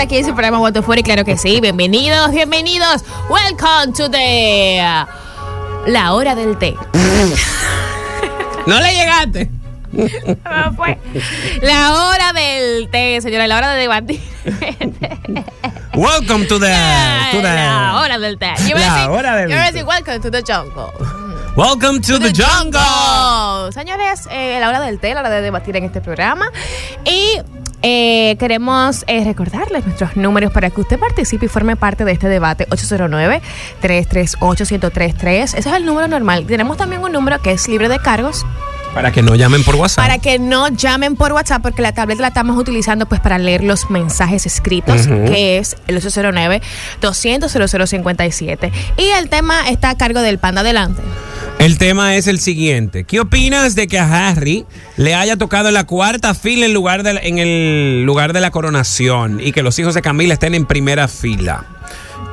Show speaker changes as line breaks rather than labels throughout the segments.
aquí en su programa Voto Fuera, y claro que sí. Bienvenidos, bienvenidos. Welcome to the. uh, La hora del té.
No le llegaste.
Ah, pues, La hora del té, señora, la hora de debatir.
Welcome to the, to the-
La hora del té. Yo voy a
Ah, La
decir-
hora del
yo voy a
té.
decir, welcome to the jungle.
Welcome to the jungle.
Señores, eh, la hora del té, la hora de debatir en este programa. Y eh, queremos eh, recordarles nuestros números para que usted participe y forme parte de este debate. 809-338-1033. Ese es el número normal. Tenemos también un número que es libre de cargos
Para que no llamen por WhatsApp.
para que no llamen por WhatsApp porque la tableta la estamos utilizando pues para leer los mensajes escritos que es el 809 200 0057 y el tema está a cargo del panda adelante
El tema es el siguiente. ¿Qué opinas de que a Harry le haya tocado la cuarta fila en, lugar de la- en el lugar de la coronación y que los hijos de Camila estén en primera fila?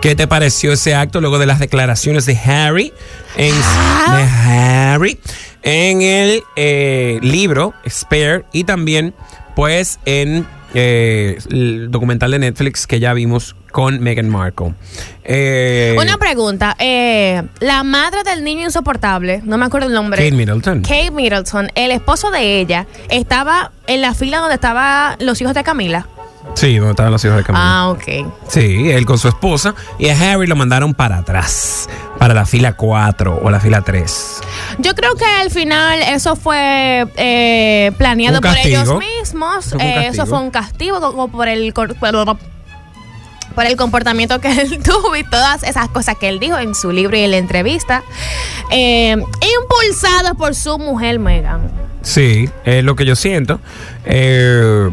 ¿Qué te pareció ese acto luego de las declaraciones de Harry en, de Harry en el eh, libro Spare y también pues en eh, el documental de Netflix que ya vimos con Meghan Markle? Eh,
una pregunta eh, la madre del niño insoportable no me acuerdo el nombre
Kate Middleton.
Kate Middleton el esposo de ella estaba en la fila donde estaban los hijos de Camila
Sí, donde estaban los hijos de Camila.
ah ok
Sí, él con su esposa y a Harry lo mandaron para atrás, para la fila 4 o la fila 3.
Yo creo que al final eso fue eh, planeado
Un
por
castigo.
ellos mismos.
Eso fue un
Eh, eso
castigo.
fue un castigo como por el cor- por, por el comportamiento que él tuvo y todas esas cosas que él dijo en su libro y en la entrevista. Eh, impulsados por su mujer Megan.
Sí, es lo que yo siento. Eh,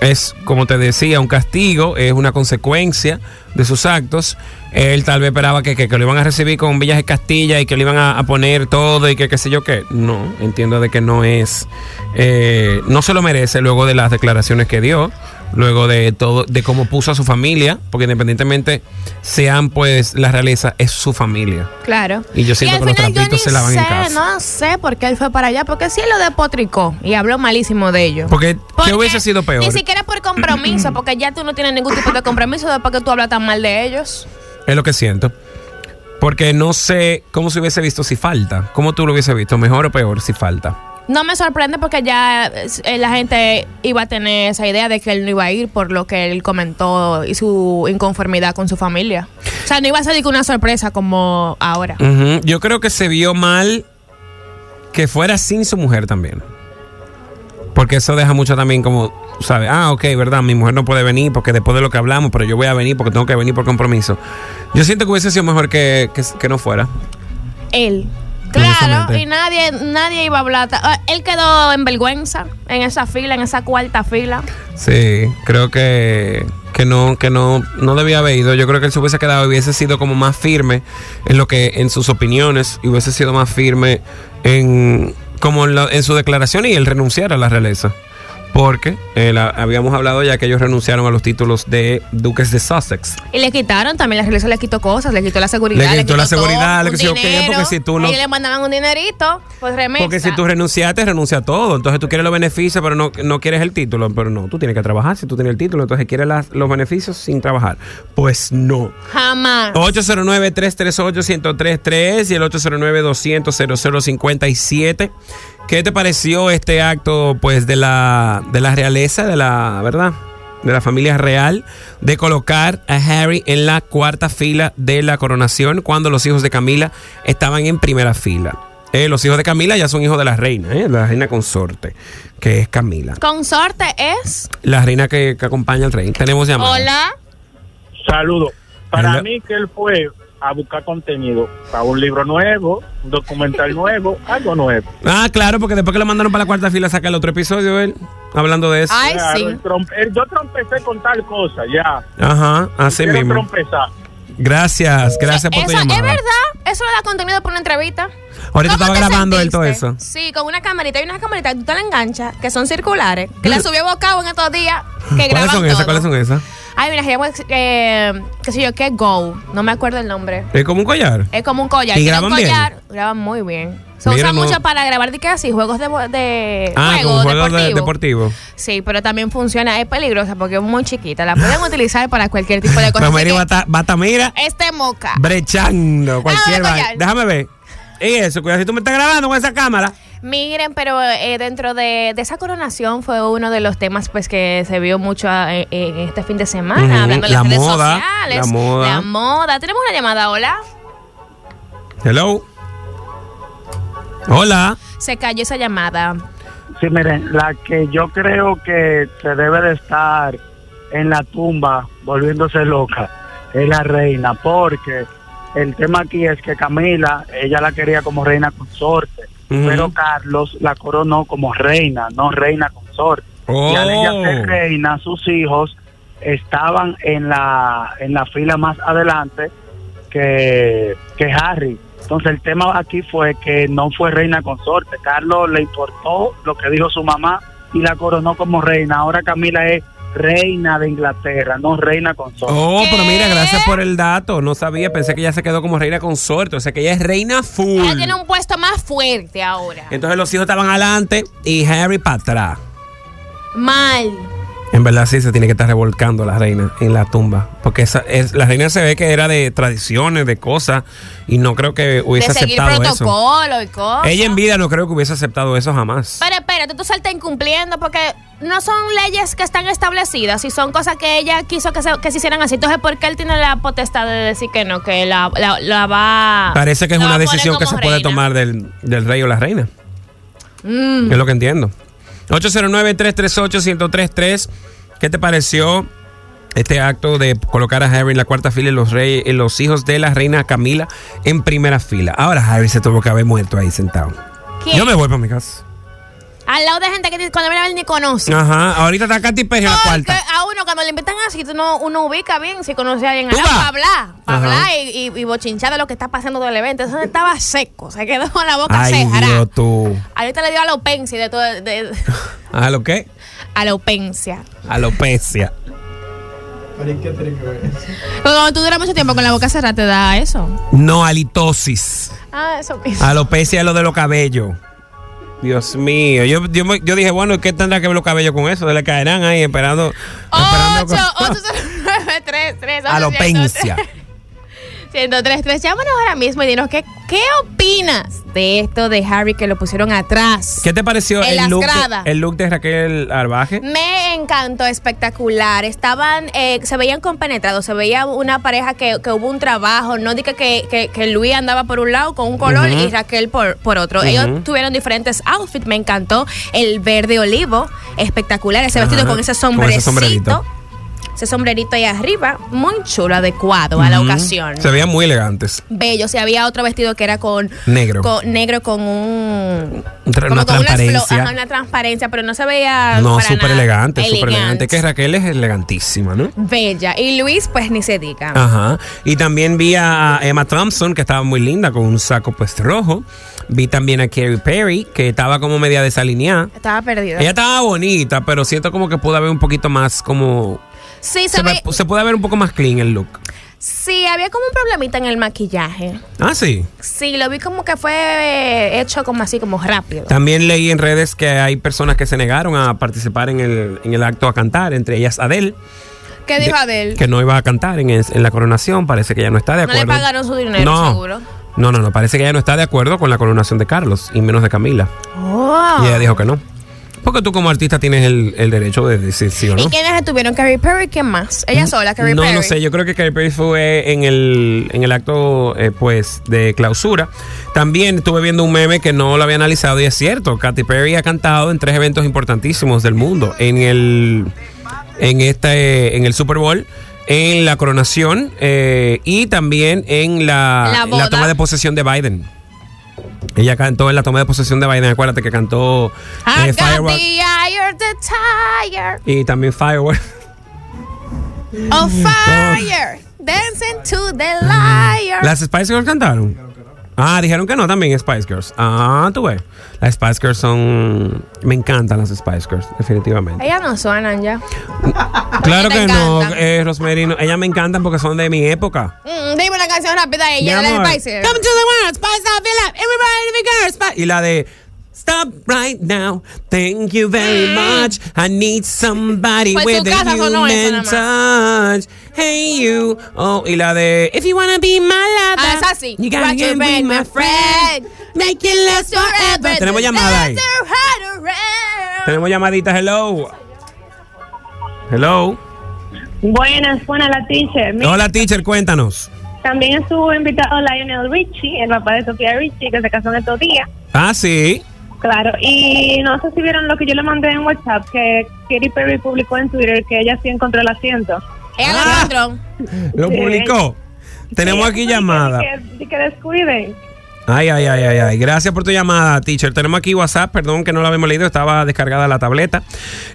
es, como te decía, un castigo, es una consecuencia de sus actos. Él tal vez esperaba que, que- que lo iban a recibir con Villas de Castilla y que lo iban a, a poner todo y que qué sé yo qué. No, entiendo de que no es. eh, no se lo merece luego de las declaraciones que dio, luego de todo, de cómo puso a su familia, porque independientemente sean pues la realeza, es su familia.
Claro.
Y yo siento
al
que los
final yo
trapitos
ni
se lavan
sé,
en casa.
No sé por qué él fue para allá, porque sí lo despotricó y habló malísimo de ellos.
Porque,
Porque
¿qué hubiese sido peor?
Ni siquiera por compromiso, porque ya tú no tienes ningún tipo de compromiso después que tú hablas tan mal de ellos.
Es lo que siento. Porque no sé cómo se hubiese visto si falta. ¿Cómo tú lo hubiese visto? ¿Mejor o peor si falta?
No me sorprende porque ya eh, la gente iba a tener esa idea de que él no iba a ir por lo que él comentó y su inconformidad con su familia. O sea, no iba a salir con una sorpresa como ahora.
Ujú. Yo creo que se vio mal que fuera sin su mujer también. Porque eso deja mucho también como, ¿sabes? Ah, ok, verdad, mi mujer no puede venir porque después de lo que hablamos, pero yo voy a venir porque tengo que venir por compromiso. Yo siento que hubiese sido mejor que, que- que no fuera.
Él. Claro,
Precisamente.
y nadie nadie iba a hablar. ta- ah, Él quedó en vergüenza en esa fila, en esa cuarta fila.
Sí, creo que, que no, que no, no debía haber ido. Yo creo que él se hubiese quedado y hubiese sido como más firme en lo que, en sus opiniones, y hubiese sido más firme en como en, la- en su declaración y el renunciar a la realeza. Porque eh, la- habíamos hablado ya que ellos renunciaron a los títulos de duques de Sussex.
Y le quitaron también, la realeza le quitó cosas, le quitó la seguridad.
Le quitó la seguridad, le
un
quitó- ok, porque
dinero.
si tú no-
Ahí le mandaban un dinerito, pues remesa.
Porque si tú renunciaste, renuncia a todo. Entonces tú quieres los beneficios, pero no, no quieres el título. Pero no, tú tienes que trabajar. Si tú tienes el título, entonces quieres las- los beneficios sin trabajar. Pues no.
Jamás.
809-338-1033 y el 809-200-0057. ¿Qué te pareció este acto pues de la, de la realeza, de la, ¿verdad? De la familia real, de colocar a Harry en la cuarta fila de la coronación cuando los hijos de Camila estaban en primera fila. Eh, los hijos de Camila ya son hijos de la reina, eh, la reina consorte, que es Camila.
Consorte es.
La reina que, que acompaña al rey. Tenemos llamada.
Hola.
Saludos. Para
Hello.
mí que él fue a buscar contenido para un libro nuevo, un documental nuevo, algo nuevo.
Ah, claro, porque después que lo mandaron para la cuarta fila saca el otro episodio él, hablando de eso.
Ay,
Claro,
sí.
el trom- el- eh, yo trompecé con tal cosa, ya.
Ajá, así
Quiero
mismo.
trompezar.
Gracias, gracias por tu
Eso, es
llamada.
verdad. Eso le da contenido por una entrevista.
Ahorita
¿Cómo
estaba
te
grabando él todo
sentiste?
eso.
Sí, con una camarita. Hay unas camaritas que tú te la enganchas, que son circulares, que las subió Bocao en estos días, que graban
¿Cuáles son esas?
todo.
¿Cuáles son esas?
Ay, mira, se llama, eh, qué sé yo, qué Go. No me acuerdo el nombre.
Es como un collar.
Es como un collar. Tiene
¿Y
un
graban bien?
collar. Graban muy bien. Se
Mira,
usa
no-
mucho para grabar de qué así, juegos de, bo- de
Ah,
juegos
con juegos de-
deportivos.
deportivos.
Sí, pero también funciona, es peligrosa porque es muy chiquita. La pueden utilizar para cualquier tipo de cosa. Así
Romerio
que
Bata- Batamira
Este moca.
brechando cualquier
Ah,
vaina.
collar.
Déjame ver. Y eso, cuidado si tú me estás grabando con esa cámara.
Miren, pero eh, dentro de, de esa coronación fue uno de los temas pues que se vio mucho ah, eh, eh, en este fin de semana,
Ujú,
hablando de
la
las redes
moda,
sociales,
la moda.
la moda. Tenemos una llamada, hola.
Hello. Hola.
Se cayó esa llamada.
Sí, miren, la que yo creo que se debe de estar en la tumba volviéndose loca es la reina, porque el tema aquí es que Camila, ella la quería como reina consorte,
Ujú.
pero Carlos la coronó como reina, no reina consorte. Y al ella
Oh.
ser reina, sus hijos estaban en la, en la fila más adelante que, que Harry. Entonces el tema aquí fue que no fue reina consorte. Carlos le importó lo que dijo su mamá y la coronó como reina. Ahora Camila es reina de Inglaterra, no reina consorte.
Oh, pero
¿Qué?
mira, gracias por el dato. No sabía, pensé que ella se quedó como reina consorte. O sea, que ella es reina full.
Ella tiene un puesto más fuerte ahora.
Entonces los hijos estaban adelante y Harry para atrás.
Mal.
En verdad sí se tiene que estar revolcando la reina en la tumba. Porque esa, es, la reina se ve que era de tradiciones, de cosas, y no creo que hubiese
de seguir
aceptado eso.
protocolo y cosas.
Ella en vida no creo que hubiese aceptado eso jamás.
Pero espérate, tú saltas incumpliendo porque no son leyes que están establecidas y son cosas que ella quiso que se, que se hicieran así. Entonces, ¿por qué él tiene la potestad de decir que no? Que la, la- la va.
Parece que es
la va Ah.
una
a poner
decisión que se
como
puede
reina?
tomar del, del rey o la reina.
Mm.
Es lo que entiendo. 809-338-1033. ¿Qué te pareció este acto de colocar a Harry en la cuarta fila y los, reyes, y los hijos de la reina Camila en primera fila? Ahora Harry se tuvo que haber muerto ahí sentado.
¿Quién?
Yo me voy para mi casa.
Al lado de gente que ni- cuando viene a ver ni conoce.
Ajá, ahorita está Katy Perry en la
Porque
cuarta.
a uno cuando le invitan así, tú no- uno ubica bien si conoce a alguien
Tú
al lado,
vas.
para hablar, para
Ajá.
hablar y, y- y bochinchar de lo que está pasando del evento. Entonces estaba seco, se quedó con la boca
Ay,
seca.
Dios, tú.
Ahorita le dio alopecia de todo, de,
¿A lo qué?
alopecia.
Alopecia.
Cuando tú duras mucho tiempo con la boca cerrada, te da eso.
No, halitosis.
Ah, eso mismo.
Alopecia es lo de los cabellos. Dios mío. Yo, yo, me- yo dije, bueno, ¿y ¿qué tendrá que ver los cabellos con eso? Le caerán ahí esperando. esperando
8,
Ah, con-
8, 9, 3, 3,
Alopecia.
103, 3. Llámanos ahora mismo y dinos qué, qué opinas de esto de Harry que lo pusieron atrás.
¿Qué te pareció
En
el
las
look, de,
gradas.
el look de Raquel Arbaje?
Me encantó, espectacular. Estaban, eh, se veían compenetrados, se veía una pareja que, que hubo un trabajo. No dije que, que, que Luis andaba por un lado con un color
Ujú.
y Raquel por, por otro.
Ujú.
Ellos tuvieron diferentes outfits, me encantó. El verde olivo, espectacular. Ese
Ajá,
vestido con ese
con ese
sombrerecito.
sombrerito.
Ese sombrerito ahí arriba, muy chulo, adecuado a la
Ujú.
ocasión.
Se veían muy elegantes.
Bello, si había otro vestido que era con
Negro.
con, negro con un
Tra-
como
una
con unas flo-
transparencia.
ajá, una transparencia, pero no se veía
no,
para
súper
nada
elegante, súper elegante. Que Raquel es elegantísima, ¿no?
Bella. Y Luis, pues ni se diga.
Ajá. Y también vi a Emma Thompson, que estaba muy linda, con un saco pues rojo. Vi también a Carrie Perry, que estaba como media desalineada.
Estaba perdida.
Ella estaba bonita, pero siento como que pudo haber un poquito más como...
sí, se
Se,
ve-
ve- se pudo haber un poco más clean el look.
sí, había como un problemita en el maquillaje.
Ah, sí.
Sí, lo vi como que fue hecho como así, como rápido.
También leí en redes que hay personas que se negaron a participar en el, en el acto a cantar, entre ellas Adele,
¿Qué dijo Adel?
que no iba a cantar en, es- en la coronación. Parece que ella no está de
No le
acuerdo.
pagaron su dinero,
No.
seguro.
No, no, no. Parece que ella no está de acuerdo con la coronación de Carlos y menos de Camila.
Oh.
Y ella dijo que no. Porque tú como artista tienes el, el derecho de decir sí o no. Mm,
¿Y quiénes estuvieron? Carrie Perry, ¿quién más? Ella sola, Carrie
no,
Perry.
No sé, yo creo que Katy Perry fue en el, en el acto eh, pues de clausura. También estuve viendo un meme que no lo había analizado y es cierto, Katy Perry ha cantado en tres eventos importantísimos del mundo, en el en este en el Super Bowl, en la coronación eh, y también en la,
La
en
boda.
toma de posesión de Biden. Ella cantó en la toma de posesión de Biden, acuérdate que cantó
I
eh,
got
Firework
the eye of the tire
y también Firework. Mm,
of fire. Dancing to the liar.
Las Spice Girls cantaron. Ah, dijeron que no también Spice Girls. Ah, tú ves. Las Spice Girls son. Me encantan las Spice Girls, definitivamente.
Ellas no suenan ya.
Claro
Te
que no,
encantan.
eh, Rosemary. no. Ellas me encantan porque son de mi época.
Mm, dime una canción rápida de ella,
Mi
la de
amor.
Spice Girls.
Come to the world, Spice Up your life, everybody be girls, Spice- Y la de. Stop right now. Thank you very much. I need somebody
Mm. Pues
with
tu
a
casa sonó eso
human touch. Hey you. Oh, y la de If you wanna be my lover.
Ah, esa sí.
You
Rock
gotta
your
get
bed, my
with my friend. Make it last forever. Tenemos llamada ahí. Tenemos llamaditas. Hello. Hello.
Buenas, buenas la teacher. Mira,
Hola, teacher. Cuéntanos.
También estuvo invitado Lionel Richie, el papá de Sofía Richie, que se casó en estos días.
Ah, sí.
Claro, y no sé si vieron lo que yo le mandé en WhatsApp, que Katy Perry publicó en Twitter que ella sí encontró el asiento.
Ella la
Ah.
encontró.
Lo
Sí.
publicó. Tenemos
Sí,
aquí
ella
llamada.
Que, que descuiden.
Ay, ay, ay, ay, ay. Gracias por tu llamada, teacher. Tenemos aquí WhatsApp, perdón que no la habíamos leído, estaba descargada la tableta.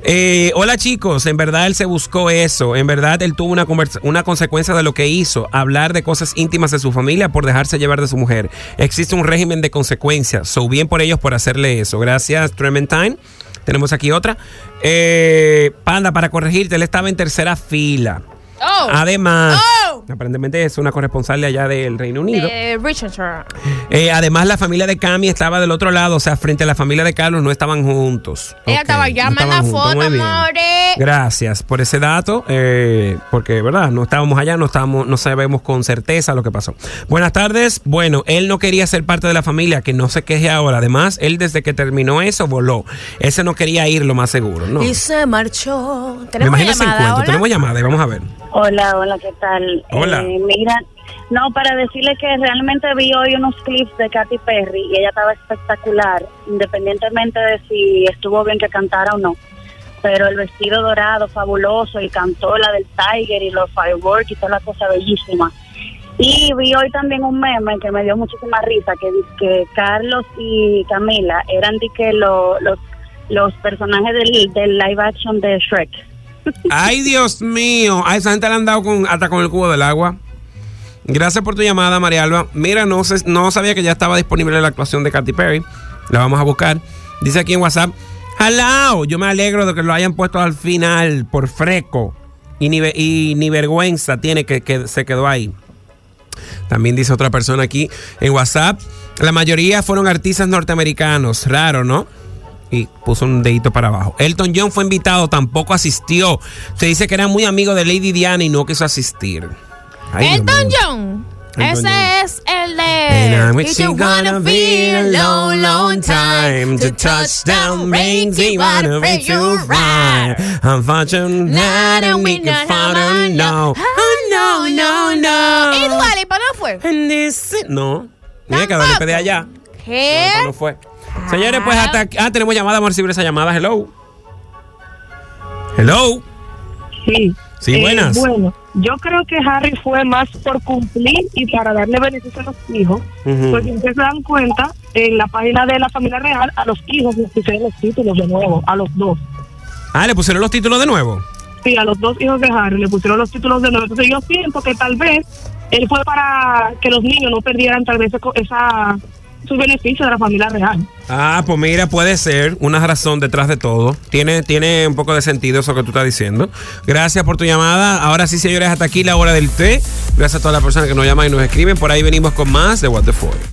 Eh, hola chicos, en verdad él se buscó eso, en verdad él tuvo una, conversa- una consecuencia de lo que hizo, hablar de cosas íntimas de su familia por dejarse llevar de su mujer. Existe un régimen de consecuencias, so bien por ellos por hacerle eso. Gracias, Trementine. Tenemos aquí otra. Eh, Panda, para corregirte, él estaba en tercera fila.
Oh.
Ah, Además,
Oh.
aparentemente es una corresponsal allá del Reino Unido.
De Richardson.
Eh, además, la familia de Cami estaba del otro lado, o sea, frente a la familia de Carlos no estaban juntos.
Ella estaba allá,
llaman
manda foto, amores.
Gracias por ese dato, eh, porque, ¿verdad? No estábamos allá, no, estábamos, no sabemos con certeza lo que pasó. Buenas tardes. Bueno, él no quería ser parte de la familia, que no se queje ahora. Además, él desde que terminó eso voló. Ese no quería ir, lo más seguro, ¿no?
Y se marchó.
Oh. Me
Tenemos
imagino ese
llamada,
encuentro.
hola.
Tenemos llamada y vamos a ver.
Hola, hola, ¿qué tal?
Hola.
Eh, mira, no, para decirle que realmente vi hoy unos clips de Katy Perry y ella estaba espectacular, independientemente de si estuvo bien que cantara o no. Pero el vestido dorado, fabuloso, y cantó la del Tiger y los fireworks y toda la cosa bellísima. Y vi hoy también un meme que me dio muchísima risa, que dice que Carlos y Camila eran de que lo- los, los personajes del, del live action de Shrek.
Ay, Dios mío. A esa gente le han dado con, hasta con el cubo del agua. Gracias por tu llamada, María Alba. Mira, no, sé- no sabía que ya estaba disponible la actuación de Katy Perry. La vamos a buscar. Dice aquí en WhatsApp: ¡Jalao! Yo me alegro de que lo hayan puesto al final por freco. Y ni, ve- y ni vergüenza tiene que, que se quedó ahí. También dice otra persona aquí en WhatsApp: La mayoría fueron artistas norteamericanos. Raro, ¿no? y puso un dedito para abajo. Elton John fue invitado, tampoco asistió. Se dice que era muy amigo de Lady Diana y no quiso asistir. Ay, Dios
Elton
mío.
John.
Elton
Ese
John.
es el
And I'm
de.
with you gonna be a long, long time to touchdown rings we wanna be to ride. Unfortunate night and we can follow no. Oh, no, no,
¿Y
no.
Dua Lipa no fue?
And this is- No. Mira que Dolipe de allá.
¿Qué?
No, no fue. Señores, pues hasta aquí. Ah, tenemos llamada. Vamos a recibir esa llamada. Hello. Hello.
Sí.
Sí,
Eh,
buenas.
bueno, yo creo que Harry fue más por cumplir y para darle beneficio a los hijos,
Ujú.
porque Pues, ustedes se dan cuenta, en la página de la familia real, a los hijos les pusieron los títulos de nuevo, a los dos.
Ah, le pusieron los títulos de nuevo.
Sí, a los dos hijos de Harry le pusieron los títulos de nuevo. Entonces yo siento que tal vez él fue para que los niños no perdieran tal vez esa- esa su beneficio de la familia real.
Ah, pues mira, puede ser una razón detrás de todo. Tiene, tiene un poco de sentido eso que tú estás diciendo. Gracias por tu llamada. Ahora sí, señores, hasta aquí la hora del té. Gracias a todas las personas que nos llaman y nos escriben. Por ahí venimos con más de What the Fuck.